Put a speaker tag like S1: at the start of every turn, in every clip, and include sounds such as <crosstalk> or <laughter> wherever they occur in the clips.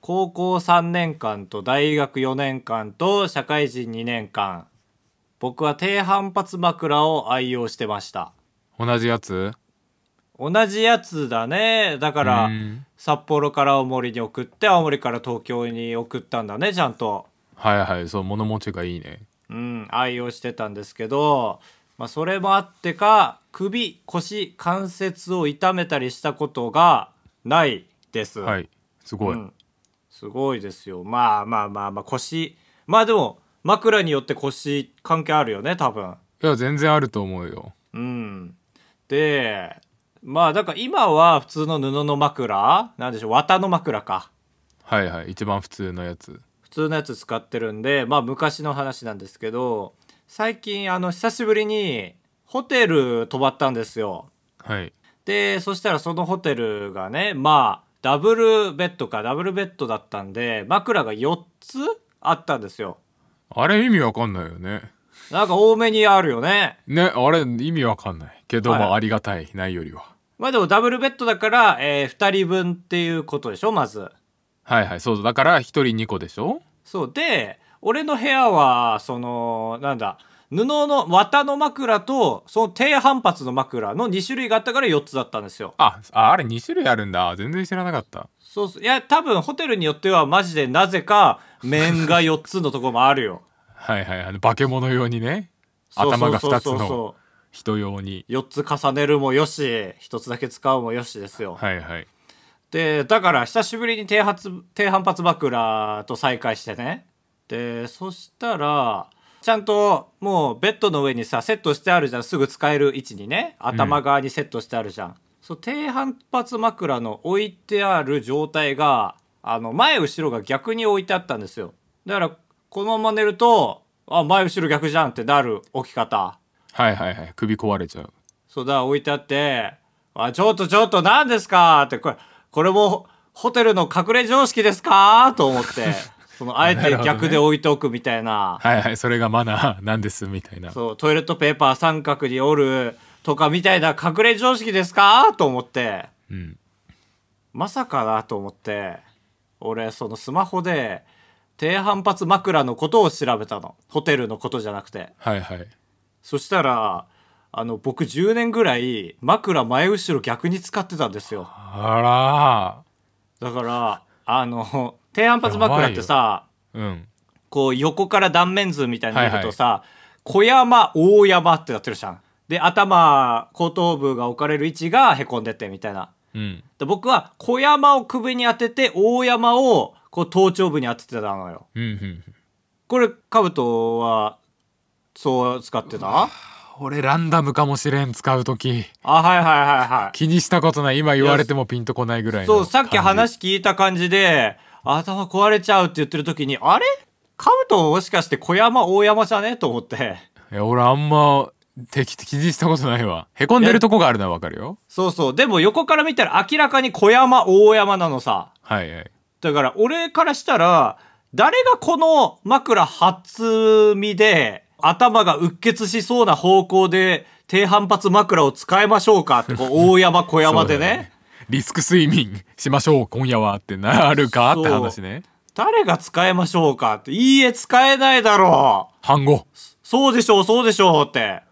S1: 高校3年間と大学4年間と社会人2年間僕は低反発枕を愛用してました
S2: 同じやつ
S1: 同じやつだねだから
S2: うん
S1: 札幌から青森に送って青森から東京に送ったんだねちゃんと
S2: はいはいそう物持ちがいいね
S1: うん愛用してたんですけど、まあ、それもあってか首腰関節を痛めたりしたことがないです
S2: はいすごい、
S1: うん、すごいですよまあまあまあまあ腰まあでも枕によって腰関係あるよね多分
S2: いや全然あると思うよ
S1: うんでまあだから今は普通の布の枕なんでしょう綿の枕か
S2: はいはい一番普通のやつ
S1: 普通のやつ使ってるんでまあ昔の話なんですけど最近あの久しぶりにホテル泊まったんですよ
S2: はい
S1: でそしたらそのホテルがねまあダブルベッドかダブルベッドだったんで枕が4つあったんですよ
S2: あれ意味わかんないよね
S1: なんか多めにあるよね。
S2: ねあれ意味わかんないけど、
S1: はい
S2: まあありがたいないよりは
S1: まあでもダブルベッドだから、え2人分っていうことでしょ、まず。
S2: はいはいそうだから一人二個でしょ
S1: そう。で、俺の部屋は、その、なんだ、布の綿の枕と、その低反発の枕の2種類があったから4つだったんですよ。
S2: あああれ2種類あるんだ全然知らなかった
S1: そうそう。いや、多分ホテルによってはマジでなぜか、面が4つのとこもあるよ。
S2: はいはいあの化け物用にね
S1: そう
S2: <laughs> 頭が
S1: そうそうそ
S2: 2つ
S1: う
S2: の人用に
S1: 4つ重ねるもよし、1つだけ使うもよしですよ。
S2: はいはい
S1: でだから久しぶりに低発低反発枕と再会してねでそしたらちゃんともうベッドの上にさセットしてあるじゃんすぐ使える位置にね頭側にセットしてあるじゃん、そう低反発枕の置いてある状態があの前後ろが逆に置いてあったんですよだからこのまま寝るとあ前後ろ逆じゃんってなる置き方
S2: はいはいはい首壊れちゃう
S1: そうだ、置いてあって、あ、ちょっとちょっと何ですかって、これ、これもホテルの隠れ常識ですかと思っ
S2: <laughs>
S1: て、その、あえ
S2: なる
S1: て
S2: ほどね
S1: 逆で置いておくみたいな、
S2: はいはいそれがマナーなんですみたいな
S1: そう、トイレットペーパー三角に折るとかみたいな隠れ常識ですかと思って、
S2: うん
S1: まさかなと思って、俺、そのスマホで、低反発枕のことを調べたの。ホテルのことじゃなくて。
S2: はいはい
S1: そしたら、あの、僕10年ぐらい枕前後ろ逆に使ってたんですよ。
S2: あ
S1: だからあの低反発枕ってさ
S2: らーうん
S1: こう横から断面図みたいに見るとさ、小山大山ってなってるじゃん。で頭後頭部が置かれる位置がへこんでてみたいな。
S2: うん
S1: で僕は小山を首に当てて大山をこう頭頂部に当ててたのよ。
S2: うんうん
S1: これカブトはそう使ってた
S2: 俺ランダムかもしれん使う時
S1: あはいはいはいはい。
S2: 気にしたことない今言われてもピンとこないぐらいの
S1: そうさっき
S2: 感じ
S1: 話聞いた感じで頭壊れちゃうって言ってる時にあれカブトもしかして小山大山じゃねと思って
S2: いや俺あんま敵気にしたことないわへこんでるとこがあるのはわかるよ
S1: そうそうでも横から見たら明らかに小山大山なのさ
S2: はいはい
S1: だから俺からしたら誰がこの枕初見で頭がうっ血しそうな方向で低反発枕を使いましょうかってこう大山小山で
S2: <laughs> そうだ
S1: ね
S2: よリスク睡眠しましょう今夜はってなるかって話ね
S1: 誰が使いましょうかっていいえ使えないだろう
S2: 反語
S1: そうでしょうそうでしょうって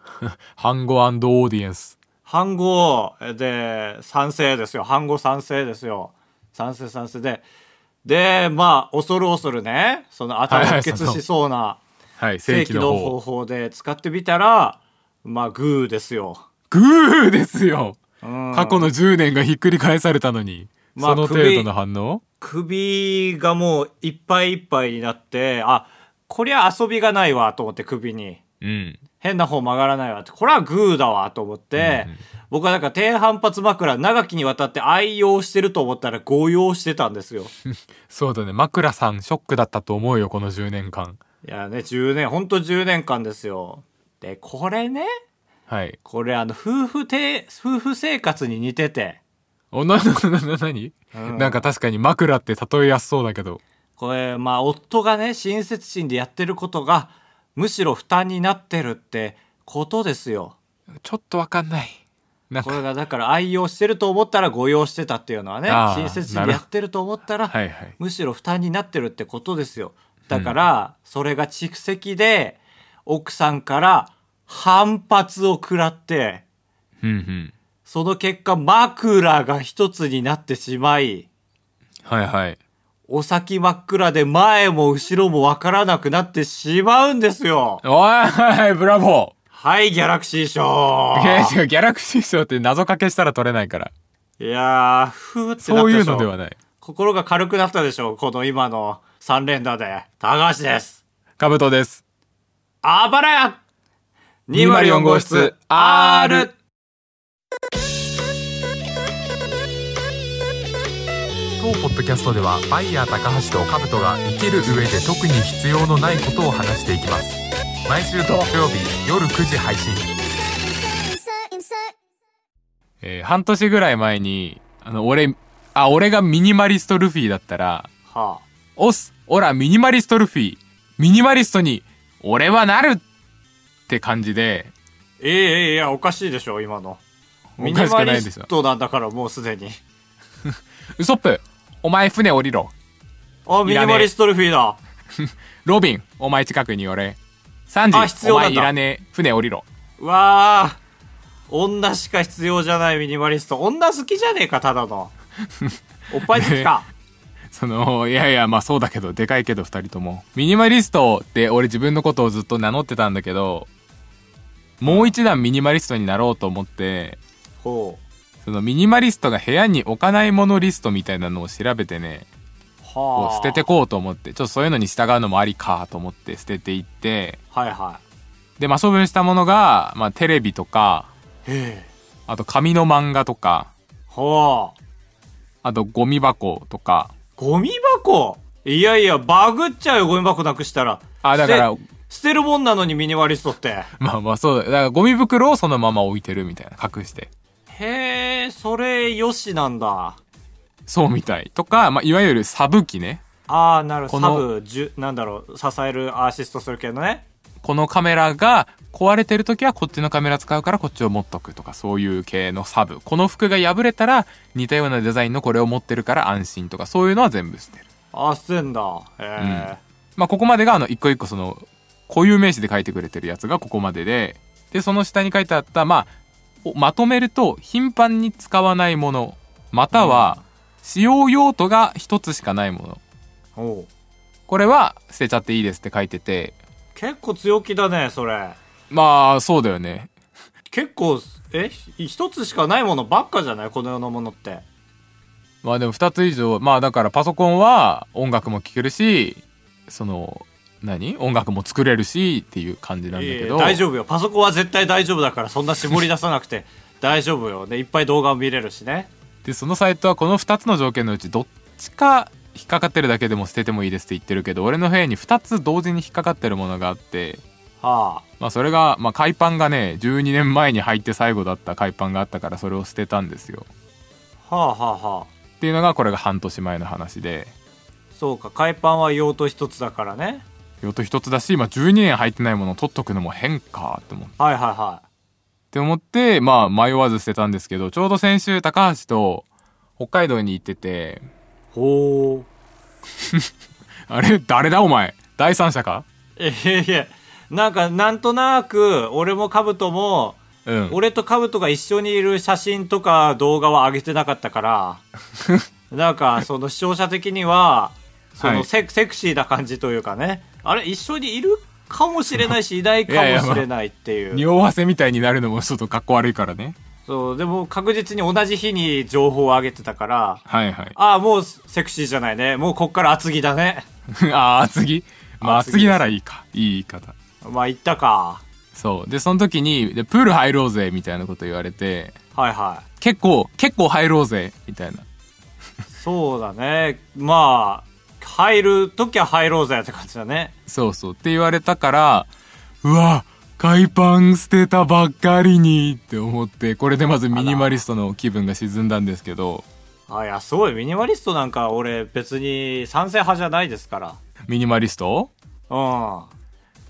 S2: 反語オーディエンス
S1: 反語で賛成ですよ反語賛成ですよ賛成賛成ででまあ恐る恐るねその頭
S2: はいは
S1: を
S2: い
S1: 血
S2: その
S1: しそうな
S2: はい正
S1: 正
S2: 規
S1: 規
S2: の
S1: の
S2: 方
S1: 方法で使ってみたらまあグーですよ。
S2: グーですよ
S1: うん
S2: 過去の10年がひっくり返されたのに、
S1: まあ
S2: その程度の反応
S1: 首がもういっぱいいっぱいになってあこりゃ遊びがないわと思って首に。
S2: うん
S1: 変な方曲がらないわってこれはグーだわと思って、僕はなんか低反発枕長きにわたって愛用してると思ったら誤用してたんですよ。
S2: そうだね枕さんショックだったと思うよこの10年間
S1: いやね、10年、ほんと10年間ですよ。で、これね、
S2: はい
S1: これあの、夫婦て、夫婦生活に似てて、
S2: おなななな何、
S1: うん
S2: なんか確かに枕って例えやすそうだけど
S1: これ、まあ、夫がね、親切心でやってることが、むしろ負担になってるってことですよ。
S2: ちょっとわかんないなん
S1: こ
S2: か
S1: れがだから愛用してると思ったら誤用してたっていうのはね
S2: ああ
S1: 親切心でやってると思ったら、
S2: はいはい
S1: むしろ負担になってるってことですよだからそれが蓄積で奥さんから反発を食らって
S2: うんうん
S1: その結果枕が一つになってしまい
S2: はいはい
S1: お先真っ暗で前も後ろもわからなくなってしまうんですよ
S2: おいブラボ
S1: はいギャラクシー賞
S2: ーいや違うギャラクシー賞って謎かけしたら取れないから
S1: いやーふーってな
S2: そ
S1: った
S2: うい
S1: で
S2: う
S1: しょ
S2: のではない
S1: 心が軽くなったでしょうこの今の3連打で高橋です
S2: カブトです
S1: あばらや
S2: 204号室 R 当ポッドキャストではバイヤー高橋とカブトが生きる上で特に必要のないことを話していきます毎週土曜日夜9時配信
S3: insert, insert.
S2: えー半年ぐらい前にあの俺あ俺がミニマリストルフィだったら
S1: はあ
S2: 「オスオラミニマリストルフィミニマリストに俺はなる!」って感じで
S1: いやいやいやおかしいでしょ今の
S2: お
S1: ミ
S2: か
S1: ニ
S2: しく
S1: マ
S2: な
S1: リ
S2: いでし
S1: ス
S2: ょ
S1: トなんだからもうすでに
S2: 「ウソップお前船降りろ
S1: あミ
S2: いらねえ
S1: ニマリストルフィーだ
S2: ロビンお前近くに寄れ3時
S1: あ必要
S2: お
S1: なんだ
S2: 前いらねえ船降りろ
S1: うわあ女しか必要じゃないミニマリスト女好きじゃねえかただ
S2: <laughs>
S1: のおっぱい好きか、」
S2: そのいやいやまあそうだけどでかいけど2人ともミニマリストって俺自分のことをずっと名乗ってたんだけどもう一段ミニマリストになろうと思って
S1: ほう
S2: そのミニマリストが部屋に置かないものリストみたいなのを調べてねこ
S1: は
S2: う
S1: あ
S2: 捨ててこうと思ってちょっとそういうのに従うのもありかと思って捨てていって
S1: はいは
S2: でまあ処分したものが、まあ、テレビとか
S1: いへえ
S2: あと紙の漫画とか
S1: はあ
S2: あとゴミ箱とか <laughs>
S1: ゴミ箱いやいやバグっちゃうよゴミ箱なくしたら
S2: あだから
S1: 捨て捨てるもんなのにミニマリストって
S2: まあまあそうだだからゴミ袋をそのまま置いてるみたいな隠して
S1: へえそれよしなんだ
S2: そうみたいとか、まあ、いわゆるサブ機ね
S1: ああなるほ
S2: こ
S1: どサ
S2: の
S1: ブじゅなんだろう支えるアシストする系のね
S2: このカメラが壊れてる時はこっちのカメラ使うからこっちを持っとくとかそういう系のサブこの服が破れたら似たようなデザインのこれを持ってるから安心とかそういうのは全部捨てる
S1: あ捨てんだへえ、
S2: まあここまでがあの一個一個その固有名詞で書いてくれてるやつがここまでででその下に書いてあったまあおまとめると頻繁に使わないものまたは使用用途が一つしかないもの
S1: おう
S2: これは捨てちゃっていいですって書いてて
S1: 結構強気だねそれ
S2: まあそうだよね
S1: 結構えひ一つしかないものばっかじゃないこの世のものって
S2: まあでも2つ以上まあだからパソコンは音楽も聴けるしその何音楽も作れるしっていう感じなんだ
S1: いや
S2: け
S1: い
S2: ど
S1: や大丈夫よパソコンは絶対大丈夫だからそんな絞り出さなくて大丈夫よねいっぱい動画を見れるしね
S2: でそのサイトはこの2つの条件のうちどっちか引っかかってるだけでも捨ててもいいですって言ってるけど俺の部屋に2つ同時に引っかかってるものがあって、
S1: は
S2: まあ、それが、まあ、海パンがね12年前に入って最後だった海パンがあったからそれを捨てたんですよ
S1: あはあはあはあ
S2: っていうのがこれが半年前の話で
S1: そうか海パンは用途一つだからね
S2: よと1つだし、まあ、12年入ってないものを取っとくのも変かと思って
S1: はいはいは
S2: って思って、まあ、迷わず捨てたんですけどちょうど先週高橋と北海道に行ってて
S1: いほう
S2: あれ誰だお前第三者か
S1: えいやいやなんかなんとなく俺もカブトも
S2: うん
S1: 俺とカブトが一緒にいる写真とか動画は上げてなかったから
S2: <laughs>
S1: なんかその視聴者的にはそ
S2: は
S1: の
S2: い
S1: セ,、セクシーな感じというかねあれ一緒にいるかもしれないしいないか
S2: <laughs> いやいや
S1: もしれないっていう
S2: 匂わせみたいになるのもちょっとかっこ悪いからね
S1: そうでも確実に同じ日に情報を上げてたから
S2: はいはい
S1: ああもうセクシーじゃないねもうこっから厚着だね
S2: <laughs> ああ厚着まあ
S1: 厚着
S2: 厚着ならいいかいい言い方
S1: まあ言ったか
S2: そうでその時にで「プール入ろうぜ」みたいなこと言われて
S1: はいはい
S2: 結構結構入ろうぜみたいな
S1: そうだね。まあ、入るときは入ろうぜって感じだね。
S2: そうそうって言われたからうわ海パン捨てたばっかりにって思ってこれでまずミニマリストの気分が沈んだんですけど
S1: あ、いや、すごい。ミニマリストなんか俺別に賛成派じゃないですから。
S2: ミニマリスト
S1: うん。
S2: い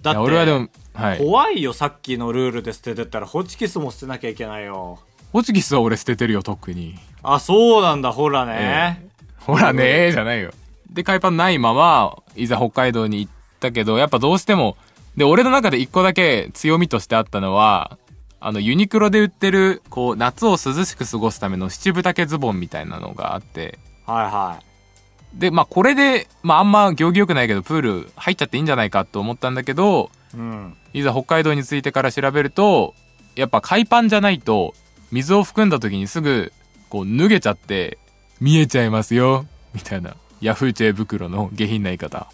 S1: だ
S2: や俺はで
S1: って、
S2: もはい
S1: 怖いよ、さっきのルールで捨ててったら、ホチキスも捨てなきゃいけないよ。
S2: ホチキスは俺捨ててるよ特に <laughs>
S1: あ、そうなんだ、ほらね。
S2: ほらねーじゃないよ。で、海パンないまま、いざ北海道に行ったけど、やっぱどうしても、で、俺の中で一個だけ強みとしてあったのは、あの、ユニクロで売ってる、こう、夏を涼しく過ごすための七分丈ズボンみたいなのがあって、
S1: はいはい。
S2: で、まあ、これで、まあ、あんま行儀良くないけど、プール入っちゃっていいんじゃないかと思ったんだけど、
S1: うん。
S2: いざ北海道に着いてから調べると、やっぱ海パンじゃないと、水を含んだ時にすぐ、こう、脱げちゃって、見えちゃいますよ、みたいな。ヤフー知恵袋の下品な言い方。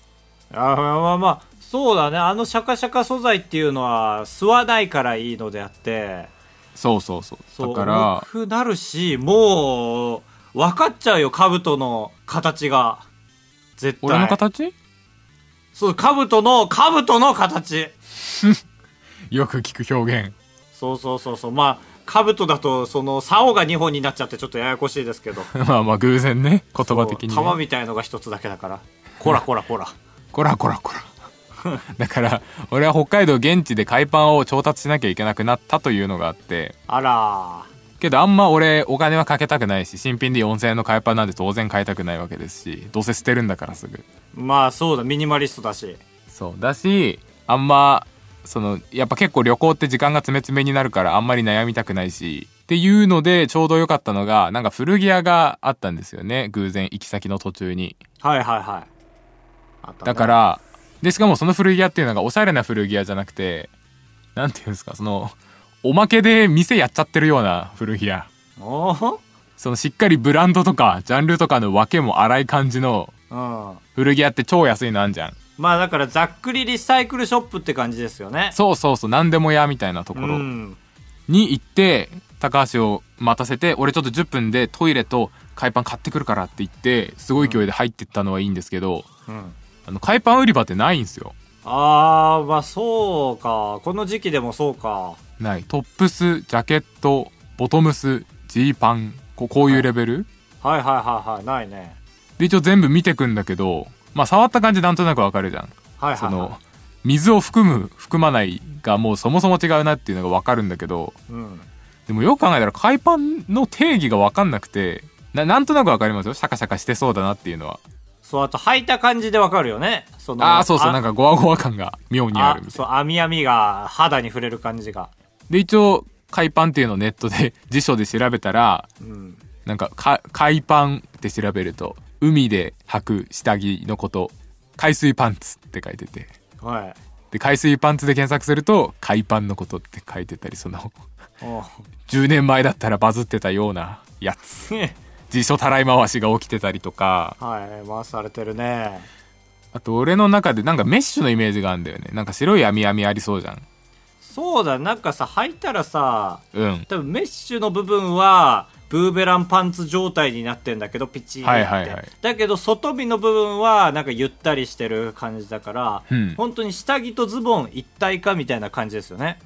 S1: あまあまあ、そうだね。あのシャカシャカ素材っていうのは吸わないからいいのであって、
S2: そうそうそう。
S1: そう、
S2: だから
S1: 重、くなるし、もう、分かっちゃうよ、兜の形が。絶対。
S2: 俺の形
S1: そう、兜の、兜の形。
S2: よく聞く表現。 <laughs>
S1: そうそうそうそう。まあ、兜だと、その、竿が2本になっちゃってちょっとややこしいですけ
S2: <laughs>
S1: ど。
S2: まあまあ偶然ね、言葉的に、ね。
S1: そう玉みたいのが一つだけだから。こらこらこら。
S2: こらこらこら。だから、 <laughs> 俺は北海道現地で海パンを調達しなきゃいけなくなったというのがあって、
S1: <laughs> あら
S2: けどあんま俺お金はかけたくないし新品で4000円の買いパンなんて当然買いたくないわけですしどうせ捨てるんだからすぐ
S1: まあそうだ、ミニマリストだし。
S2: そうだしあんまそのやっぱ結構旅行って時間が詰め詰めになるからあんまり悩みたくないしっていうのでちょうど良かったのがなんか古着屋があったんですよね偶然行き先の途中に
S1: はいはいはい。あったね
S2: だか、らでしかもその古着屋っていうのがおしゃれな古着屋じゃなくてなんていうんですかそのおまけで店やっちゃってるような古着屋
S1: おー
S2: そのしっかりブランドとかジャンルとかの分けも荒い感じの
S1: うん。
S2: 古着屋って超安いのあんじゃん
S1: まあだからざっくりリサイクルショップって感じですよね。
S2: そうそうそう何でも屋みたいなとこ
S1: う
S2: ろ
S1: ん。
S2: に行って高橋を待たせて俺ちょっと10分でトイレと海パン買ってくるからって言ってすごい勢いで入ってったのはいいんですけど
S1: うん。
S2: あの海パン売り場ってないんですよ
S1: あー、まあそうか。この時期でもそうか。
S2: ないトップスジャケットボトムスジーパンここういうレベル
S1: はいはいはいはい。ないね。
S2: で一応全部見てくんだけどまあ触った感じなんとなくわかるじゃん
S1: はいは
S2: そ
S1: い、は
S2: の水を含む含まないがもうそもそも違うなっていうのが分かるんだけど
S1: い。うん。
S2: でもよく考えたら海パンの定義が分かんなくてななんとなく分かりますよシャカシャカしてそうだなっていうのは
S1: そう、あと履いた感じでわかるよね。その、
S2: ああそうそうなん
S1: か
S2: かゴワゴワ感が妙にあるみた
S1: そ、
S2: いうな
S1: 網網が肌に触れる感じが。
S2: で一応海パンっていうのをネットで辞書で調べたら
S1: うん。
S2: なんかか海パンって調べると海で履く下着のこと海水パンツって書いてて
S1: はい。
S2: で海水パンツで検索すると海パンのことって書いてたりその
S1: おう
S2: 10年前だったらバズってたようなやつ辞書たらい回しが起きてたりとか
S1: <laughs> はい、回されてるね。
S2: あと俺の中でなんかメッシュのイメージがあるんだよねなんか白い網網ありそうじゃん
S1: そうだ、なんかさ、履いたらさ、
S2: うん
S1: 多分メッシュの部分はブーベランパンツ状態になってんだけどピチーンって、
S2: はいはいはい
S1: だけど外身の部分はなんかゆったりしてる感じだから、
S2: うん
S1: 本当に下着とズボン一体化みたいな感じですよね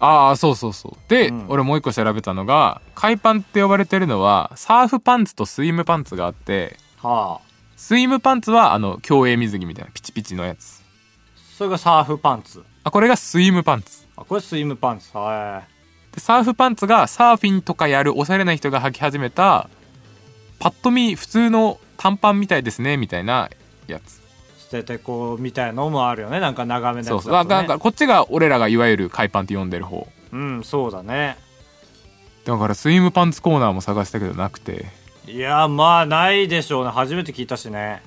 S2: ああそうそうそうで、
S1: うん
S2: 俺もう一個調べたのが海パンって呼ばれてるのはサーフパンツとスイムパンツがあって
S1: はあ
S2: スイムパンツはあの競泳水着みたいなピチピチのやつ
S1: それがサーフパンツ
S2: あこれがスイムパンツ
S1: あこれスイムパンツは
S2: でサーフパンツがサーフィンとかやるおしゃれな人が履き始めたパッと見普通の短パンみたいですねみたいなやつ
S1: い捨ててこうみたいのもあるよねなんか長めの
S2: そ
S1: や
S2: う
S1: つ
S2: そうだ
S1: だと、ね、
S2: からこっちが俺らがいわゆる海パンって呼んでる方
S1: うんそうだね
S2: だからスイムパンツコーナーも探したけどなくて
S1: いやまあないでしょうね初めて聞いたしね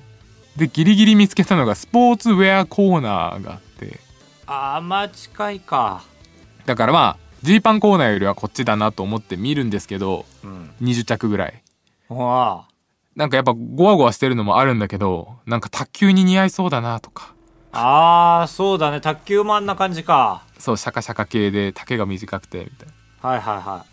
S2: でギリギリ見つけたのがスポーツウェアコーナーがあって
S1: あーまあ近いか
S2: だからまあジーパンコーナーよりはこっちだなと思って見るんですけど
S1: うん
S2: 20着ぐらい
S1: ほら
S2: なんかやっぱゴワゴワしてるのもあるんだけどなんか卓球に似合いそうだなとか
S1: ああそうだね卓球もあんな感じか
S2: そうシャカシャカ系で丈が短くてみたいな
S1: はいはいは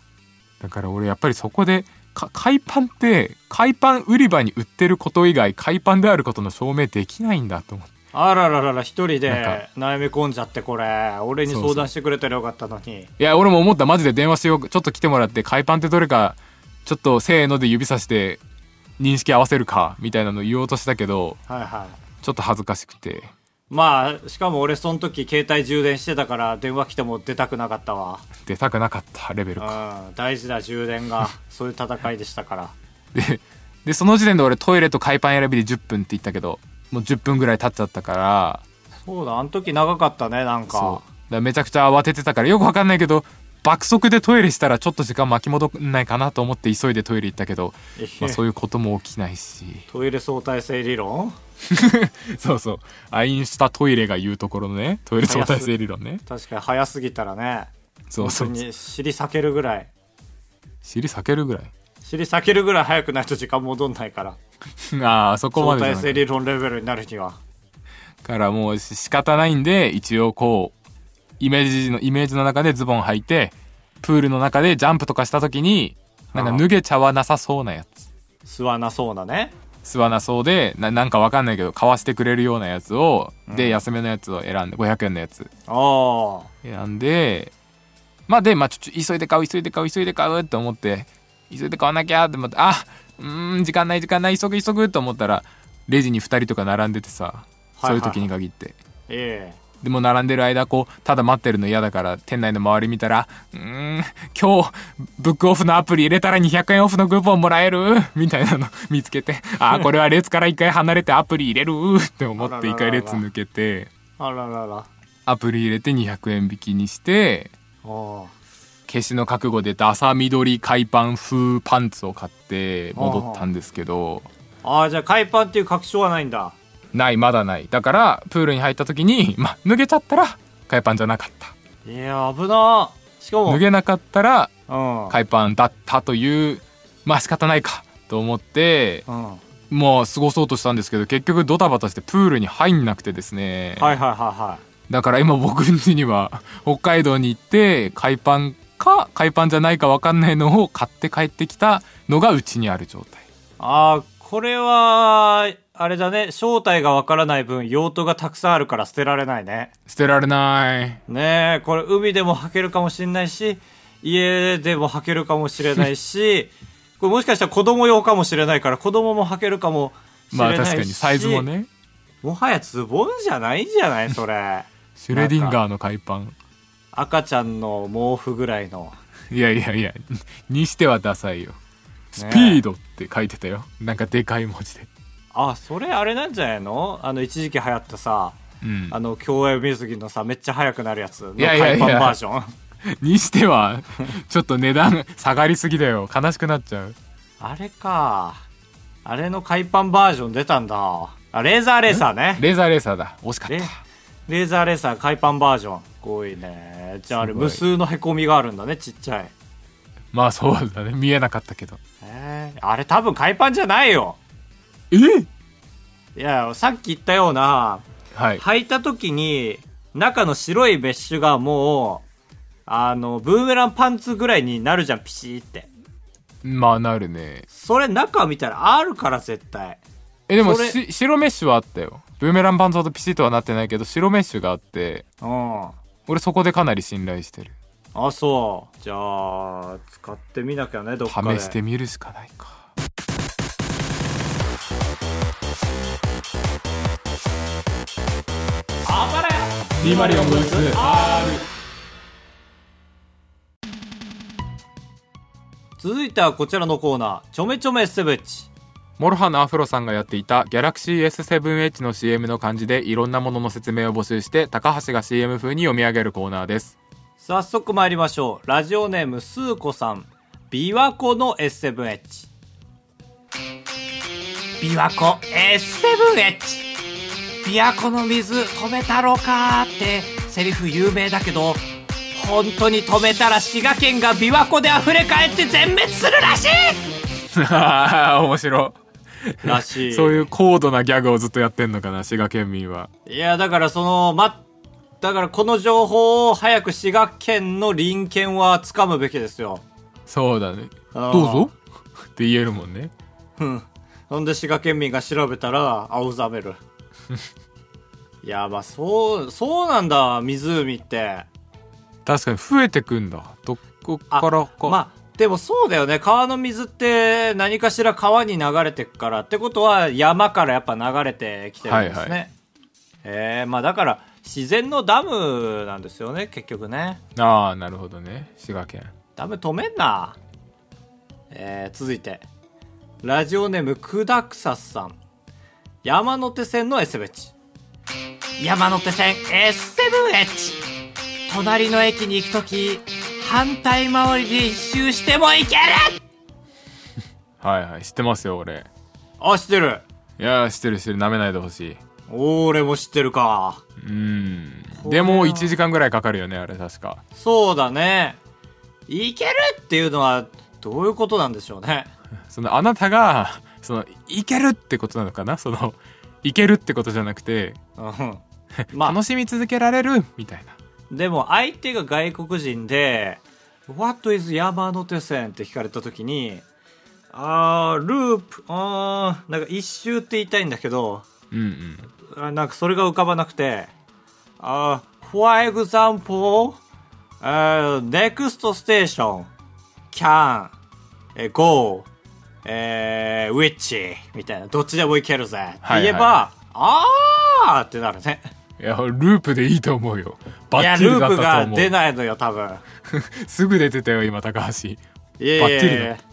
S2: だから俺やっぱりそこでか海パンって海パン売り場に売ってること以外海パンであることの証明できないんだと思って
S1: いあらららら一人
S2: なん
S1: で
S2: か
S1: 悩み込んじゃってこれ俺に
S2: そうそう
S1: 相談してくれたらよかったのに
S2: いや俺も思ったマジで電話しようちょっと来てもらって海パンってどれかちょっとせーので指さして認識合わせるかみたいなの言おうとしたけど
S1: はいはい
S2: ちょっと恥ずかしくて
S1: まあしかも俺その時携帯充電してたから電話来ても出たくなかったわ
S2: 出たくなかったレベルか
S1: うん大事な充電がそういう戦いでしたから
S2: ででその時点で俺トイレと海パン選びで10分って言ったけどもう10分ぐらい経っちゃったから
S1: そうだあの時長かったねなん
S2: そう
S1: か
S2: だからめちゃくちゃ慌ててたからよくわかんないけど爆速でトイレしたらちょっと時間巻き戻んないかなと思って急いでトイレ行ったけど、まあ、そういうことも起きないし
S1: トイレ相対性理論
S2: そうそうアインシュタトイレが言うところのねトイレ相対性理論ね
S1: 確かに早すぎたらね
S2: そうそう
S1: 本当に尻裂けるぐらい
S2: 尻裂けるぐらい <laughs>
S1: 尻裂けるぐらい早くないと時間戻んないから
S2: ああそこま
S1: 相対
S2: でじゃない
S1: 性理論レベルになるには
S2: からもう仕方ないんで一応こうイメージのイメージの中でズボン履いてプールの中でジャンプとかした時になんか脱げちゃわなさそうなやつ
S1: 吸わなそうなね
S2: 吸わなそうでななんかわかんないけど買わしてくれるようなやつを、で安めのやつを選んで500円のやつ
S1: ああ
S2: 選んでまあでまあちょちょ急いで買う急いで買う急いで買うって思って急いで買わなきゃって思ってあうーん時間ない時間ない急ぐ急ぐと思ったらレジに2人とか並んでてさ、
S1: いはいはい
S2: そういう時に限って
S1: ええ
S2: でも並んでる間こうただ待ってるの嫌だから店内の周り見たら「うーん今日ブックオフのアプリ入れたら200円オフのクーポンもらえる」みたいなの見つけて「
S1: <laughs>
S2: あーこれは列から一回離れてアプリ入れる」って思って一回列抜けて
S1: あらららあ
S2: アプリ入れて200円引きにして
S1: あ
S2: 決死の覚悟でダサ緑海パン風パンツを買って戻ったんですけど
S1: ああじゃあ海パンっていう確証はないんだ
S2: ないまだないだからプールに入った時に、 <laughs> まあ、脱げちゃったら海パンじゃなかった
S1: いや危なしかも
S2: 脱げなかったら
S1: うん
S2: 海パンだったというまあ仕方ないかと思って
S1: うんはい
S2: まあ過ごそうとしたんですけど結局ドタバタしてプールに入んなくてですね、
S1: はいはいは
S2: だから今僕ん家には <laughs> 北海道に行って海パンか海パンじゃないか分かんないのを買って帰ってきたのがうちにある状態
S1: いああこれはあれだね正体がわからない分用途がたくさんあるから捨てられないね
S2: 捨てられない
S1: ねえこれ海でも履けるかもしれないし家でも履けるかもしれないし <laughs> これもしかしたら子供用かもしれないから子供も履けるかもしれ
S2: ま
S1: な
S2: あ
S1: いし、
S2: 確かにサイズもね
S1: もはやズボンじゃないんじゃないそ
S2: <laughs>
S1: れ
S2: シュレディンガーの海パン
S1: 赤ちゃんの毛布ぐらいの
S2: いやいやいやにしてはダサいよス
S1: ねえ
S2: ピードって書いてたよなんかでかい文字で
S1: あそれあれなんじゃないのあの一時期流行ったさ
S2: うん
S1: あの競泳水着のさめっちゃ速くなるやつの
S2: いやいや
S1: 海
S2: いや
S1: パンバージョン
S2: にしてはちょっと値段下がりすぎだよ悲しくなっちゃう
S1: あれかあれの海パンバージョン出たんだあレーザーレーサーね
S2: レーザーレーサーだ惜しかっ
S1: レ
S2: た
S1: レーザーレーサー海パンバージョンすごいねじゃああれ
S2: すごい
S1: 無数のへこみがあるんだねちっちゃい
S2: まあそうだね見えなかったけど
S1: えーあれ多分海パンじゃないよ
S2: え
S1: いやさっき言ったような
S2: はい
S1: 履いた時に中の白いメッシュがもうあのブーメランパンツぐらいになるじゃんピシーって
S2: まあなるね
S1: それ中見たらあるから絶対
S2: えでも
S1: それ
S2: し白メッシュはあったよブーメランパンツほどピシッとはなってないけど白メッシュがあって
S1: うん
S2: 俺そこでかなり信頼してる
S1: あそうじゃあ使ってみなきゃねどっかで
S2: 試してみるしかないかあばれマリオンブース
S1: 続いてはこちらのコーナーちょめちょめセブチ
S2: モロハのアフロさんがやっていたギャラクシー S7H の CM の漢字でいろんなものの説明を募集して高橋が CM 風に読み上げるコーナーです
S1: 早速参りましょうラジオネームすーこさん琵琶湖の S7H 琵琶湖 S7H 琵琶湖の水止めたろかーってセリフ有名だけど本当に止めたら滋賀県が琵琶湖で溢れ返って全滅するらしい
S2: ああ <laughs> 面白
S1: らし
S2: <laughs> そういう高度なギャグをずっとやってんのかな滋賀県民はい
S1: やだからそのまだからこの情報を早く滋賀県の臨県は掴むべきですよ
S2: そうだね
S1: あー
S2: どうぞって言えるもんね
S1: ほんで滋賀県民が調べたら青ざめ
S2: <laughs>
S1: るいやまあそうそうなんだ湖って
S2: 確かに増えてくんだどこからか
S1: まあでもそうだよね川の水って何かしら川に流れてくからってことは山からやっぱ流れてきてるんですね、
S2: はいは
S1: えー、まあだから自然のダムなんですよね結局ね
S2: ああなるほどね滋賀県
S1: ダメ止めんなえー、続いてラジオネームくだくささん山手線の S ベチ山手線 S7H 隣の駅に行くとき反対回りで一周しても行ける
S2: はいはい知ってますよ俺
S1: あ知ってる
S2: いやー知ってる知ってる舐めないでほしい
S1: 俺も知ってるか
S2: うん
S1: これ
S2: で
S1: は
S2: も1時間ぐらいかかるよねあれ確か
S1: そうだね行けるっていうのはどういうことなんでしょう <laughs> ね
S2: そのあなたがそのいけるってことなのかなそのいけるってことじゃなくて
S1: うんまあ
S2: 楽しみ続けられるみたいな
S1: でも相手が外国人で「What is 山手線?」って聞かれた時に「あーループあーなんか一周って言いたいんだけど
S2: うんうん
S1: あなんかそれが浮かばなくて「あー For example、uh, next station can eh, go、えー、which」みたいな「どっちでも行けるぜ」って言えば「あー」ってなるね
S2: いやループでいいと思うよバ
S1: いや
S2: ッチリ
S1: ル
S2: だ
S1: ー
S2: った
S1: プ
S2: と思
S1: が
S2: う
S1: 出ないのよ多分
S2: すぐ出てたよ今高橋
S1: いやいやいやい
S2: バッ
S1: や
S2: チ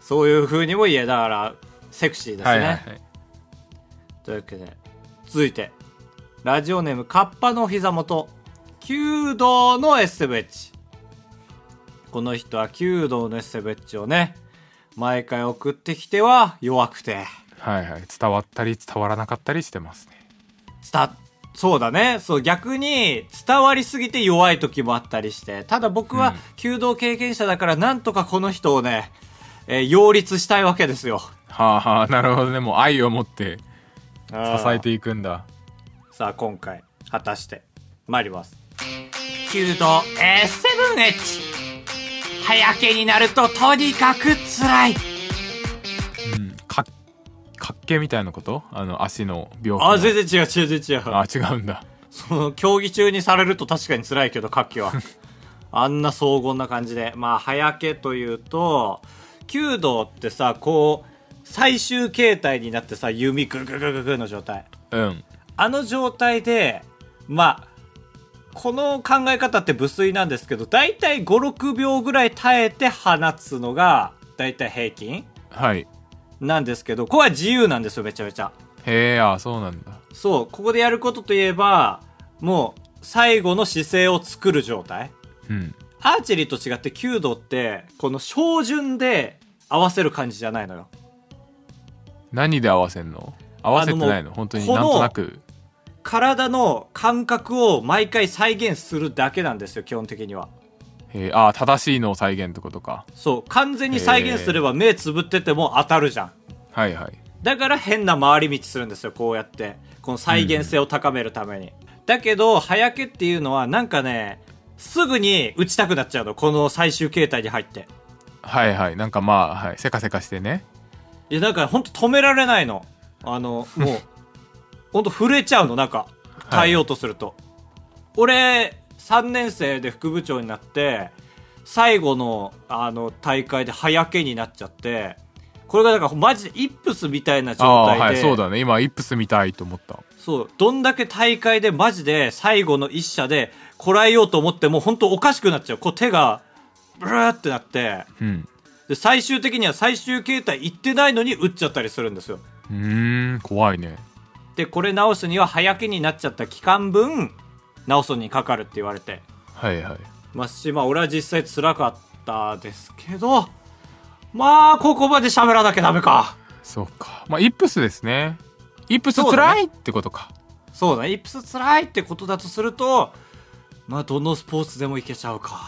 S1: そういう風にも言えだからセクシーですね、
S2: はいはいはい
S1: というわけで続いてラジオネームカッパのお膝元弓道のエッセベッチこの人は弓道のエッセベッチをね毎回送ってきては弱くて
S2: はいはい伝わったり伝わらなかったりしてますね
S1: 伝そうだねそう逆に伝わりすぎて弱い時もあったりしてただ僕
S2: う
S1: は
S2: ん
S1: 弓道経験者だからなんとかこの人をね、えー擁立したいわけですよ
S2: はあはあなるほどねもう愛を持って
S1: 支
S2: 支えていくんだ
S1: さあ今回果たして参りますキュード S7H 早けになるととにかく辛い
S2: うんかかっけみたいなことあの足の病気の
S1: あ全然違う全然違う
S2: あ違うんだ
S1: その競技中にされると確かに辛いけど活気は <laughs> あんな荘厳な感じでまあ早けというと弓道ってさこう最終形態になってさ弓グググググの状態
S2: うん
S1: あの状態で、まあ、この考え方って無粋なんですけど、だいたい5、6秒ぐらい耐えて放つのが、だいたい平均
S2: はい
S1: なんですけど、ここは自由なんですよ、めちゃめちゃ。
S2: へえあそうなんだ
S1: そう、ここでやることといえば、もう、最後の姿勢を作る状態。
S2: うん
S1: アーチェリーと違って弓道って、この照準で合わせる感じじゃないのよ。
S2: 何で合わせんの合わせてないの
S1: もう
S2: 本当に
S1: こ
S2: な
S1: の
S2: んとなく
S1: 体の感覚を毎回再現するだけなんですよ、基本的には。
S2: へえあ正しいのを再現ってことか
S1: そう完全に再現すれば目つぶってても当たるじゃん
S2: はいはい
S1: だから変な回り道するんですよこうやってこの再現性を高めるために、だけど早けっていうのはなんかねすぐに打ちたくなっちゃうのこの最終形態に入って
S2: はいはいなんかまあ、はい、せかせかしてね
S1: いやだからほんと止められないのあの
S2: <laughs>
S1: もうほんと震えちゃうのなんか
S2: はい
S1: 耐えようとすると、俺3年生で副部長になって最後のあの大会で早けになっちゃってこれがだからマジでイップスみたいな
S2: あ
S1: 状
S2: あー
S1: 態で
S2: はいそうだね今イップス見たいと思った
S1: そうどんだけ大会でマジで最後の一射でこらえようと思ってもうほんとおかしくなっちゃうこう手がブルーってなって
S2: うん
S1: で最終的には最終形態行ってないのに打っちゃったりするんですよ
S2: うーん怖いね
S1: でこれ直すには早けになっちゃった期間分直すのにかかるって言われて
S2: はいはい
S1: ますしまあ俺は実際辛かったですけどまあここまで喋らなきゃダメか
S2: そうかまあイップスですねイップス
S1: そう
S2: つ
S1: だ
S2: ら
S1: ね
S2: いってことか、
S1: そうだねイップス辛いってことだとするとまあどのスポーツでもいけちゃうか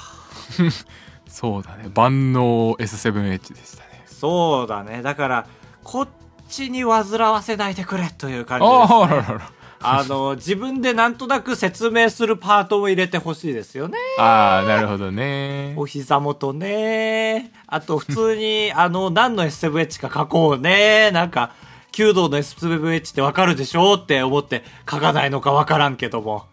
S2: そうだね万能 S7H でしたね
S1: そうだねだからこっちに煩わせないでくれという感じです
S2: ああららら
S1: あの自分でなんとなく説明するパートを入れてほしいですよね
S2: ああなるほどね
S1: お膝元ねあと普通に、あの、何の SMH か書こうねなんか、弓道の SMH ってわかるでしょって思って書かないのかわからんけども。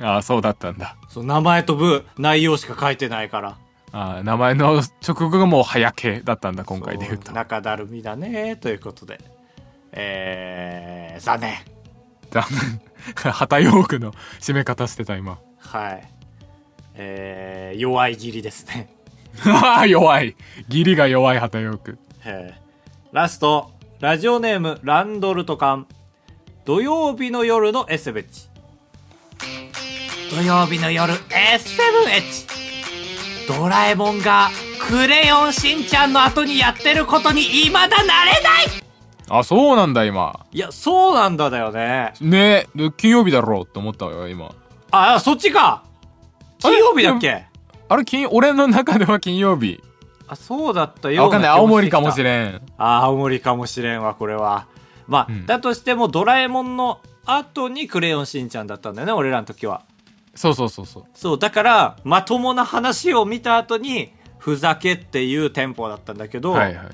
S2: ああそうだったんだ
S1: そう名前と部、内容しか書いてないから。
S2: ああ名前の直後がもう早けだったんだ今回で言うと
S1: そう中だるみだねということで。えー、残念。
S2: だ <laughs> 旗ヨークの締め方してた今 <laughs>
S1: はいえー、弱い義理ですね
S2: 弱いギリが弱い旗ヨーク
S1: えーラスト、ラジオネーム、ランドルトカン。土曜日の夜の S7H。土曜日の夜 S7H。ドラえもんがクレヨンしんちゃんの後にやってることに未だ慣れない
S2: あそうなんだ今
S1: いや、そうなんだだよね。
S2: ねえ金曜日だろうって思ったわよ今
S1: あ、あそっちか金曜日だっけ
S2: あれ金俺の中では金曜日
S1: あ、そうだった
S2: あ
S1: よう
S2: わかんない青森かもし
S1: ん。
S2: れん
S1: あー青森かもしれんわ、これは。まあ、
S2: うん
S1: だとしても、ドラえもんの後にクレヨンしんちゃんだったんだよね、俺らの時は。
S2: そうそうそうそう
S1: そう、だから、まともな話を見た後に、ふざけっていうテンポだったんだけど、
S2: はいはい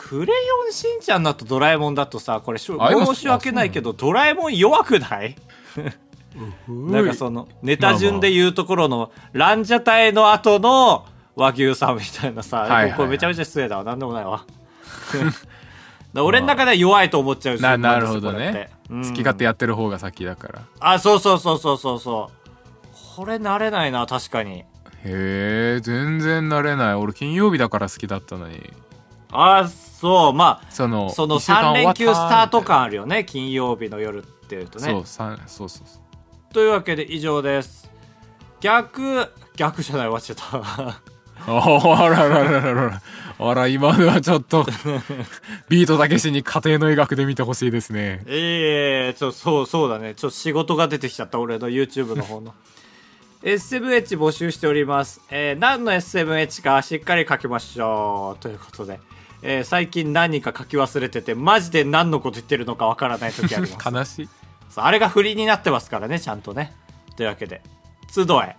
S1: クレヨンしんちゃんだとドラえもんだとさ、これしょ
S2: あ今
S1: 申し訳ないけど、ドラえもん弱くないなんかその、ネタ順で言うところの、ランジャタイの後の和牛さんみたいなさ、
S2: いはいはい
S1: これめちゃめちゃ失礼だわ。なんでもない
S2: <laughs>
S1: わ。だ俺の中では弱いと思っちゃう
S2: な
S1: 瞬
S2: な
S1: 間で
S2: る
S1: す
S2: ほど
S1: これって
S2: ね、
S1: うん
S2: 好き勝手やってる方が先だから
S1: あ、そうそうそうそうそうそう。これ慣れないな、確かに。
S2: へえ全然慣れない俺金曜日だから好きだったのに
S1: あ、そう、まあ、
S2: その
S1: その
S2: 一週
S1: 3
S2: 間
S1: 連休
S2: 終わ
S1: ス
S2: った
S1: タート感あるよね金曜日の夜っていうと
S2: みたいな
S1: ね
S2: そう三そうそうそう
S1: というわけで以上です逆逆じゃない終わっちゃっ
S2: あららららららあら今のはちょっとビートたけしに家庭の医学で見てほしいですね
S1: たええちょそうそうだねちょっと仕事が出てきちゃった俺の YouTube の方の <laughs> S7H 募集しております、えー何の S7H かしっかり書きましょうということで、えー最近何か書き忘れててマジで何のこと言ってるのかわからない時あり <laughs> ます
S2: 悲しい
S1: そうあれが振りになってますからね、ちゃんとね。というわけで、集え。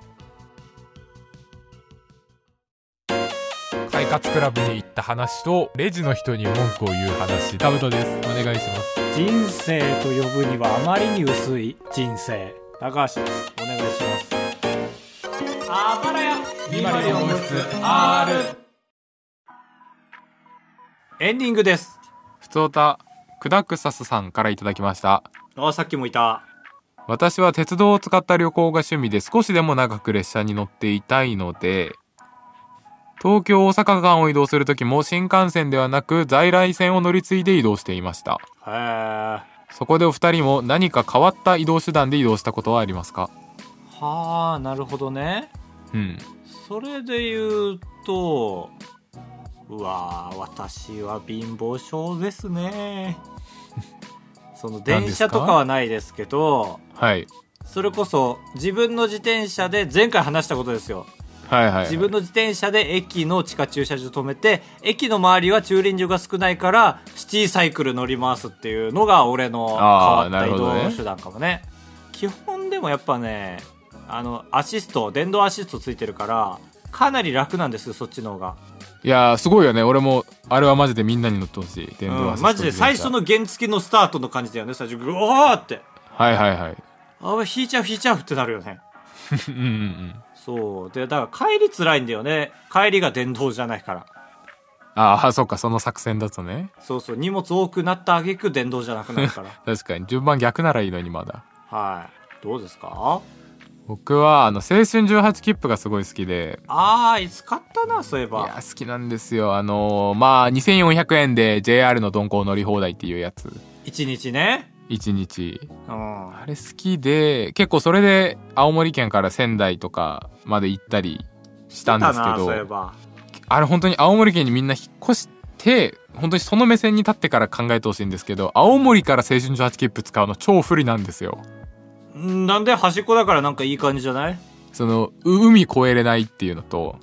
S2: 快活クラブに行った話とレジの人に文句を言う話タブトですお願いします
S1: 人生と呼ぶにはあまりに薄い人生。高橋です。お願いします。あばらやエンディングです。
S2: ふつおたくだくさすさんからいただきました
S1: あ、さっきもいた。
S2: 私は鉄道を使った旅行が趣味で少しでも長く列車に乗っていたいので東京大阪間を移動する時も新幹線ではなく在来線を乗り継いで移動していました
S1: へー。
S2: そこでお二人も何か変わった移動手段で移動したことはありますか
S1: はあ、なるほどね。
S2: うん
S1: それで言うと、うわー私は貧乏症ですね。その電車とかはないですけど、
S2: はい
S1: それこそ自分の自転車で前回話したことですよ
S2: はいはいはい
S1: 自分の自転車で駅の地下駐車場止めて駅の周りは駐輪場が少ないからシティサイクル乗り回すっていうのが俺の変わ
S2: あ
S1: っ
S2: ー
S1: た移
S2: なるほど
S1: 動
S2: ね
S1: 手段かもね基本でもやっぱねあのアシスト電動アシストついてるからかなり楽なんですよそっちの方が、
S2: いやーすごいよね俺もあれはマジでみんなに乗ってほしい電動ア
S1: うん
S2: シスト
S1: マジで
S2: 自転
S1: 最
S2: 車
S1: 初の原付のスタートの感じだよね最初グワーって
S2: はいはいはい
S1: あ俺引いちゃう引いちゃうってなるよね
S2: うんうんうん
S1: そうでだから帰り辛いんだよね帰りが電動じゃないから
S2: ああそっかその作戦だとね
S1: そうそう荷物多くなった挙句電動じゃなくなるから
S2: 確かに順番逆ならいいのにまだ
S1: はいどうですか
S2: 僕はあの青春18切符がすごい好きで
S1: あーいつ買ったなそういえ
S2: いや
S1: ば
S2: 好きなんですよあのーまあ2400円で JR の鈍行乗り放題っていうやつ
S1: 一日ね
S2: 1日
S1: うん
S2: あれ好きで結構それで青森県から仙台とかまで行ったりしたんですけ
S1: 買ったなそういえ
S2: ど
S1: ば
S2: あれ本当に青森県にみんな引っ越して本当にその目線に立ってから考えてほしいんですけど青森から青春18切符使うの超不利なんですよ
S1: んなんで端っこだからなんかいい感じじゃない
S2: そのう海越えれないっていうのと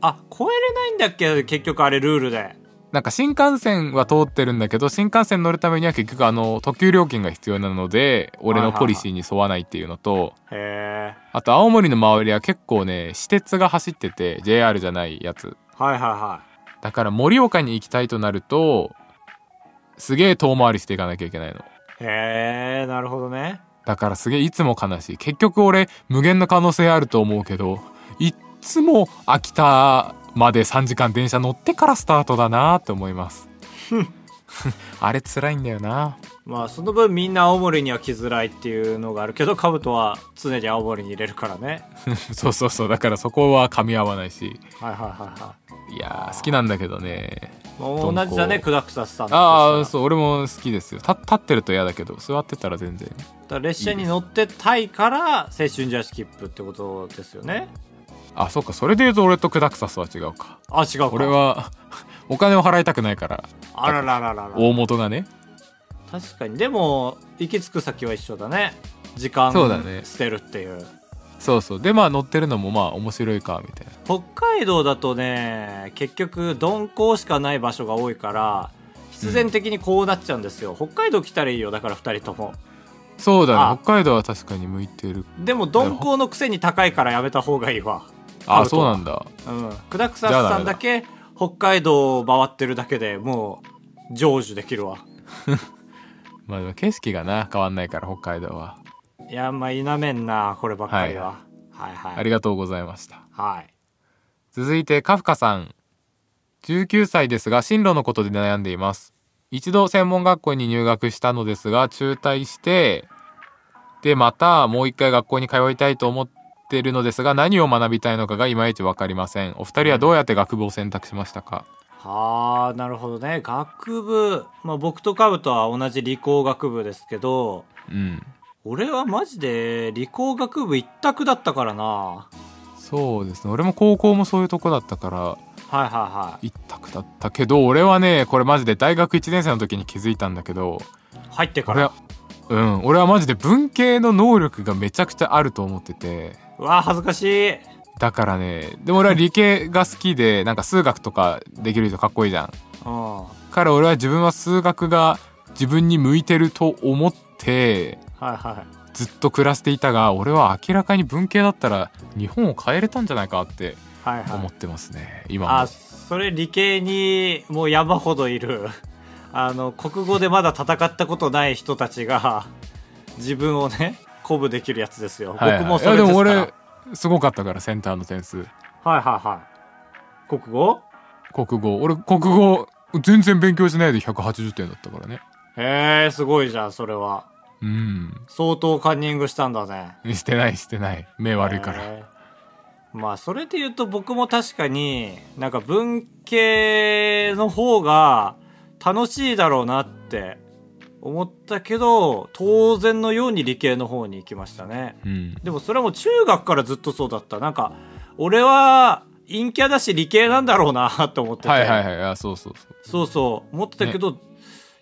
S1: あ超えれないんだっけ結局あれルールで
S2: なんか新幹線は通ってるんだけど新幹線乗るためには結局あの特急料金が必要なので俺のポリシーに沿わないっていうのと
S1: へえ
S2: あと青森の周りは結構ね私鉄が走ってて JR じゃないやつ
S1: はいはいは
S2: だから盛岡に行きたいとなるとすげえ遠回りしていかなきゃいけないの
S1: いへえなるほどね
S2: だからすげえいつも悲しい結局俺無限の可能性あると思うけどいっつも秋田まで3時間電車乗ってからスタートだなって思います <laughs> あれ辛いんだよな
S1: まあその分みんな青森には来づらいっていうのがあるけど兜は常に青森に入れるからね
S2: そうそうそうだからそこは噛み合わないし
S1: はいはいはいはい
S2: やー好きなんだけどね
S1: いまあ同じだね九草さんと
S2: ああ
S1: さ
S2: そう俺も好きですよた立ってると嫌だけど座ってたら全然
S1: だから列車に乗ってたいから青春ジャーシ切符ってことですよね
S2: あそっかそれで言うと俺とクダクサスは違うか
S1: あ違うか
S2: 俺はお金を払いたくないから
S1: あららららら
S2: 大元がね
S1: 確かにでも行き着く先は一緒だね時間
S2: そうだね
S1: 捨てるっていう
S2: そうそうでまあ乗ってるのもまあ面白いかみたいな
S1: 北海道だとね結局鈍行しかない場所が多いから必然的にこうなっちゃうんですよ、北海道来たらいいよだから2人とも
S2: そうだ
S1: あ
S2: ね北海道は確かに向いてる
S1: でも鈍行のくせに高いからやめた方がいいわ
S2: あ
S1: アウト
S2: そうなんだ
S1: うん九草さんだけ北海道を回ってるだけでもう成就できるわ
S2: まあでも景色がな変わんないから北海道はい
S1: やまあ否めんなこればっかりは、はい、はい
S2: ありがとうございました
S1: はい
S2: 続いてカフカさん19歳ですが進路のことで悩んでいます一度専門学校に入学したのですが中退してでまたもう一回学校に通いたいと思ってるのですが何を学びたいのかがいまいち分かりませんお二人はどうやって学部を選択しましたか、
S1: はあなるほどね学部、まあ、僕とカブとは同じ理工学部ですけど
S2: うん、
S1: 俺はマジで理工学部一択だったからなは
S2: そうですね俺も高校もそういうとこだったから
S1: いはいはい
S2: 一択だったけど俺はねこれマジで大学1年生の時に気づいたんだけど
S1: 入ってか
S2: 俺
S1: ら
S2: はうん俺はマジで文系の能力がめちゃくちゃあると思ってて
S1: うわ恥ずかしい
S2: だからねでも俺は理系が好きで <laughs> なんか数学とかできる人かっこいいじゃん
S1: うんは
S2: から俺は自分は数学が自分に向いてると思って
S1: いは
S2: ずっと暮らしていたが俺は明らかに文系だったら日本を変えれたんじゃないかって
S1: いはいはい
S2: 思ってますね、今も
S1: あそれ理系にもう山ほどいる <laughs> あの国語でまだ戦ったことない人たちが <laughs> 自分をね鼓舞できるやつですよ、
S2: はいはい
S1: 僕もそれ
S2: い
S1: で
S2: や
S1: す
S2: も
S1: から
S2: 俺すごかったからセンターの点数
S1: はいはいはい国語
S2: 国語俺国語全然勉強しないで180点だったからね
S1: へえすごいじゃんそれは
S2: うん
S1: 相当カンニングしたんだね
S2: してないしてない目悪いから、
S1: えーまあそれで言うと僕も確かになんか文系の方が楽しいだろうなって思ったけど当然のように理系の方に行きましたね
S2: うん
S1: でもそれはもう中学からずっとそうだったなんか俺は陰キャだし理系なんだろうなと思ってて、
S2: はいはいはいあそうそうそう
S1: そうそう思ってたけど、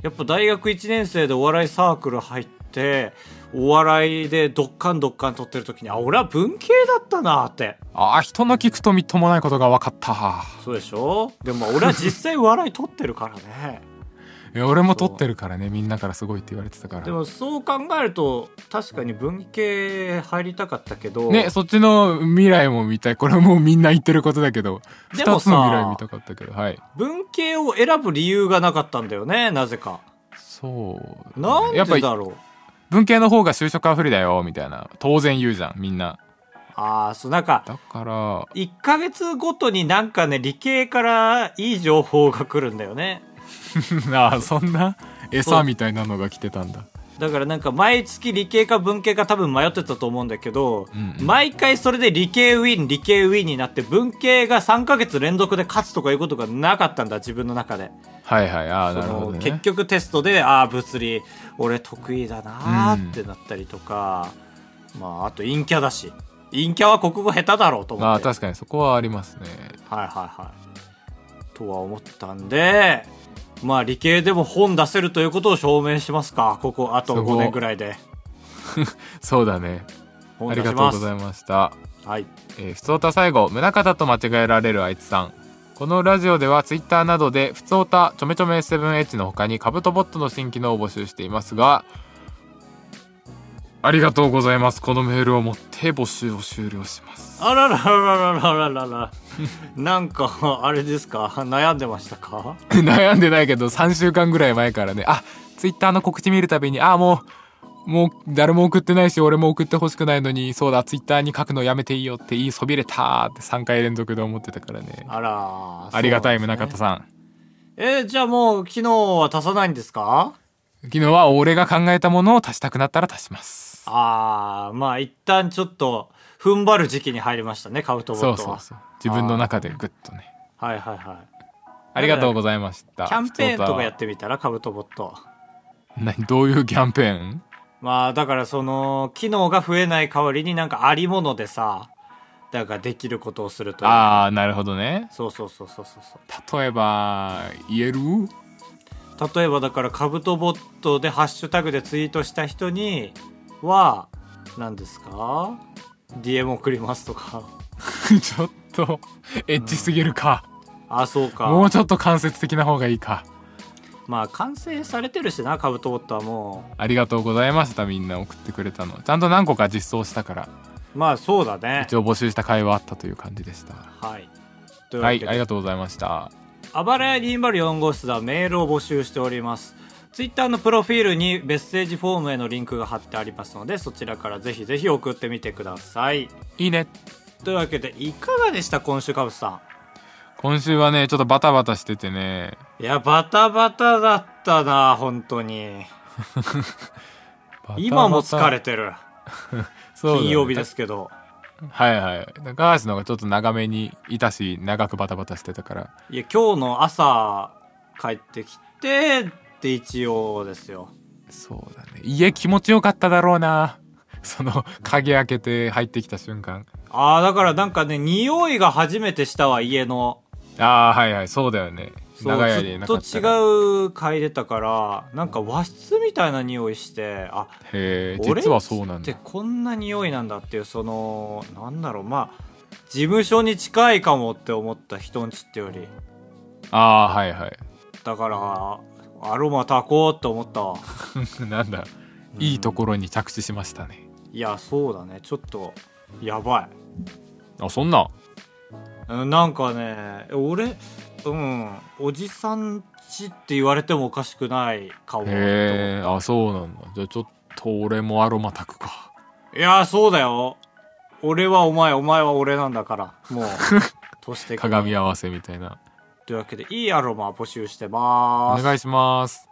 S1: やっぱ大学1年生でお笑いサークル入ってお笑いでドッカンドッカン撮ってる時にあ俺は文系だったなって
S2: ああ人の聞くとみっともないことが分かった
S1: そうでしょでもまあ俺は実際笑い撮ってるから
S2: <laughs>
S1: ね
S2: いや俺も撮ってるからねみんなからすごいって言われてたか
S1: で
S2: ら
S1: もそう考えると確かに文系入りたかったけど
S2: ねそっちの未来も見たいこれもうみんな言ってることだけど
S1: でも
S2: 2つ
S1: さ
S2: の未来見たかったけどはい
S1: 文系を選ぶ理由がなかったんだよねなぜか
S2: そう
S1: なん
S2: やっぱ
S1: で
S2: り
S1: だろう
S2: 文系の方が就職は不利だよみたいな当然言うじゃんみんな
S1: ああそうなんか
S2: だ <laughs> から
S1: 1ヶ月ごとになんかね理系からいい情報が来るんだよね
S2: あーそんな
S1: そ
S2: 餌
S1: う
S2: みたいなのが来てたんだ
S1: だからなんか毎月理系か文系か多分迷ってたと思うんだけど、
S2: うんうん
S1: 毎回それで理系ウィン理系ウィンになって文系が3ヶ月連続で勝つとかいうことがなかったんだ自分の中で、
S2: はいはいああ
S1: そ
S2: なるほど
S1: の
S2: ね
S1: 結局テストでああ物理俺得意だなーってなったりとか、まああと陰キャだし陰キャは国語下手だろうと思
S2: あ
S1: っ
S2: あ
S1: てはい
S2: 確かにそこはありますね
S1: はいはいとは思ったんでまあ理系でも本出せるということを証明しますかここあと
S2: すご
S1: 5
S2: い
S1: 年ぐらいで
S2: そうだね
S1: 本
S2: あり
S1: 出
S2: が
S1: し
S2: とう
S1: ま
S2: ご
S1: す
S2: ざいました。
S1: はい
S2: えー、ふつおた最後、宗方と間違えられるあいつさん。このラジオではツイッターなどで、ふつおた、ちょめちょめ 7H の他に、カブトボットの新機能を募集していますが、ありがとうございます。このメールをもって募集を終了します。 <laughs>
S1: あらららららららら。 <laughs> なんか、あれですか悩んでましたか
S2: 悩んでないけど、3週間ぐらい前からね、あ、ツイッターの告知見るたびに、あ、もう、もう誰も送ってないし、俺も送ってほしくないのに、そうだ、ツイッターに書くのやめていいよって言いそびれたって3回連続で思ってたからね。
S1: あら。
S2: ありがたい宗
S1: なかっ
S2: 方
S1: た
S2: さん。
S1: えーじゃあもう機能は足さないんですか
S2: 昨日は俺が考えたものを足したくなったら足します
S1: ああ、まあ一旦ちょっと踏ん張る時期に入りましたね、カウトボット
S2: そ
S1: は。
S2: うそうそう自分の中でグッとね
S1: はいはいはい。
S2: ありがとうございました
S1: キャンペーンとかやっ
S2: 普
S1: てみたら、カブトボット。
S2: 通歌何どういうキャンペーン
S1: まあだからその、機能が増えない代わりになんかありものでさ、だからできることをするという。
S2: ああなるほどね
S1: そうそうそうそうそうそう。
S2: 例えば言える <laughs>
S1: 例えばだからカブトボットでハッシュタグでツイートした人には何ですか ?DM 送りますとか <laughs>
S2: ちょっとエッチすぎるか、
S1: あそうか
S2: もうちょっと間接的な方がいいか
S1: まあ完成されてるしなカブトボットはも
S2: ありがとうございましたみんな送ってくれたのちゃんと何個か実装したから
S1: うまあそうだね
S2: 一応募集した会はあったという感じでした
S1: はいというわ
S2: は
S1: け
S2: い
S1: で、
S2: ありがとうございました
S1: あばらや204号室ではメールを募集しております。ツイッターのプロフィールにメッセージフォームへのリンクが貼ってありますので、そちらからぜひぜひ送ってみてください。
S2: いいね
S1: というわけで、いかがでした今週カブスさ
S2: 今週はねちょっとバタバタしててね
S1: ん。いや、バタバタだったな、本当に。
S2: バタバタ
S1: 今も疲れてる。
S2: そうだね
S1: 金曜日ですけど。
S2: はいはい高橋の方がちょっと長めにいたし長くバタバタしてたから
S1: いや、今日の朝、帰ってきて、って一応ですよ。
S2: そうだね家気持ちよかっただろうな <laughs> その鍵開けて入ってきた瞬間
S1: ああ、だからなんかね、匂いが初めてしたわ、家の。
S2: ああはいはいそうだよね
S1: そう
S2: 長い
S1: ず
S2: 間
S1: っ
S2: なか
S1: と
S2: った
S1: 違
S2: ら
S1: う嗅いでたからなんか和室みたいな匂いしてあ
S2: へえ
S1: 俺
S2: 実はそうなん
S1: っ
S2: だ
S1: てこんな匂いなんだっていうそのなんだろうまあ事務所に近いかもって思った人んちってより
S2: ああはいはい <laughs>
S1: だからアロマ炊こうって思ったわ
S2: なんだいいところに着地しましたね
S1: いやそうだねちょっとやば
S2: あそんない
S1: うんなんかね俺うんおじさんちって言われてもおかしくないかも
S2: へえあそうなんだじゃあちょっと俺もアロマ炊くか
S1: いやー、そうだよ。俺はお前、お前は俺なんだから。 <laughs> もう、年的に。
S2: 鏡合わせみたいな
S1: というわけで、いいアロマ募集して
S2: お
S1: ます。
S2: 願いします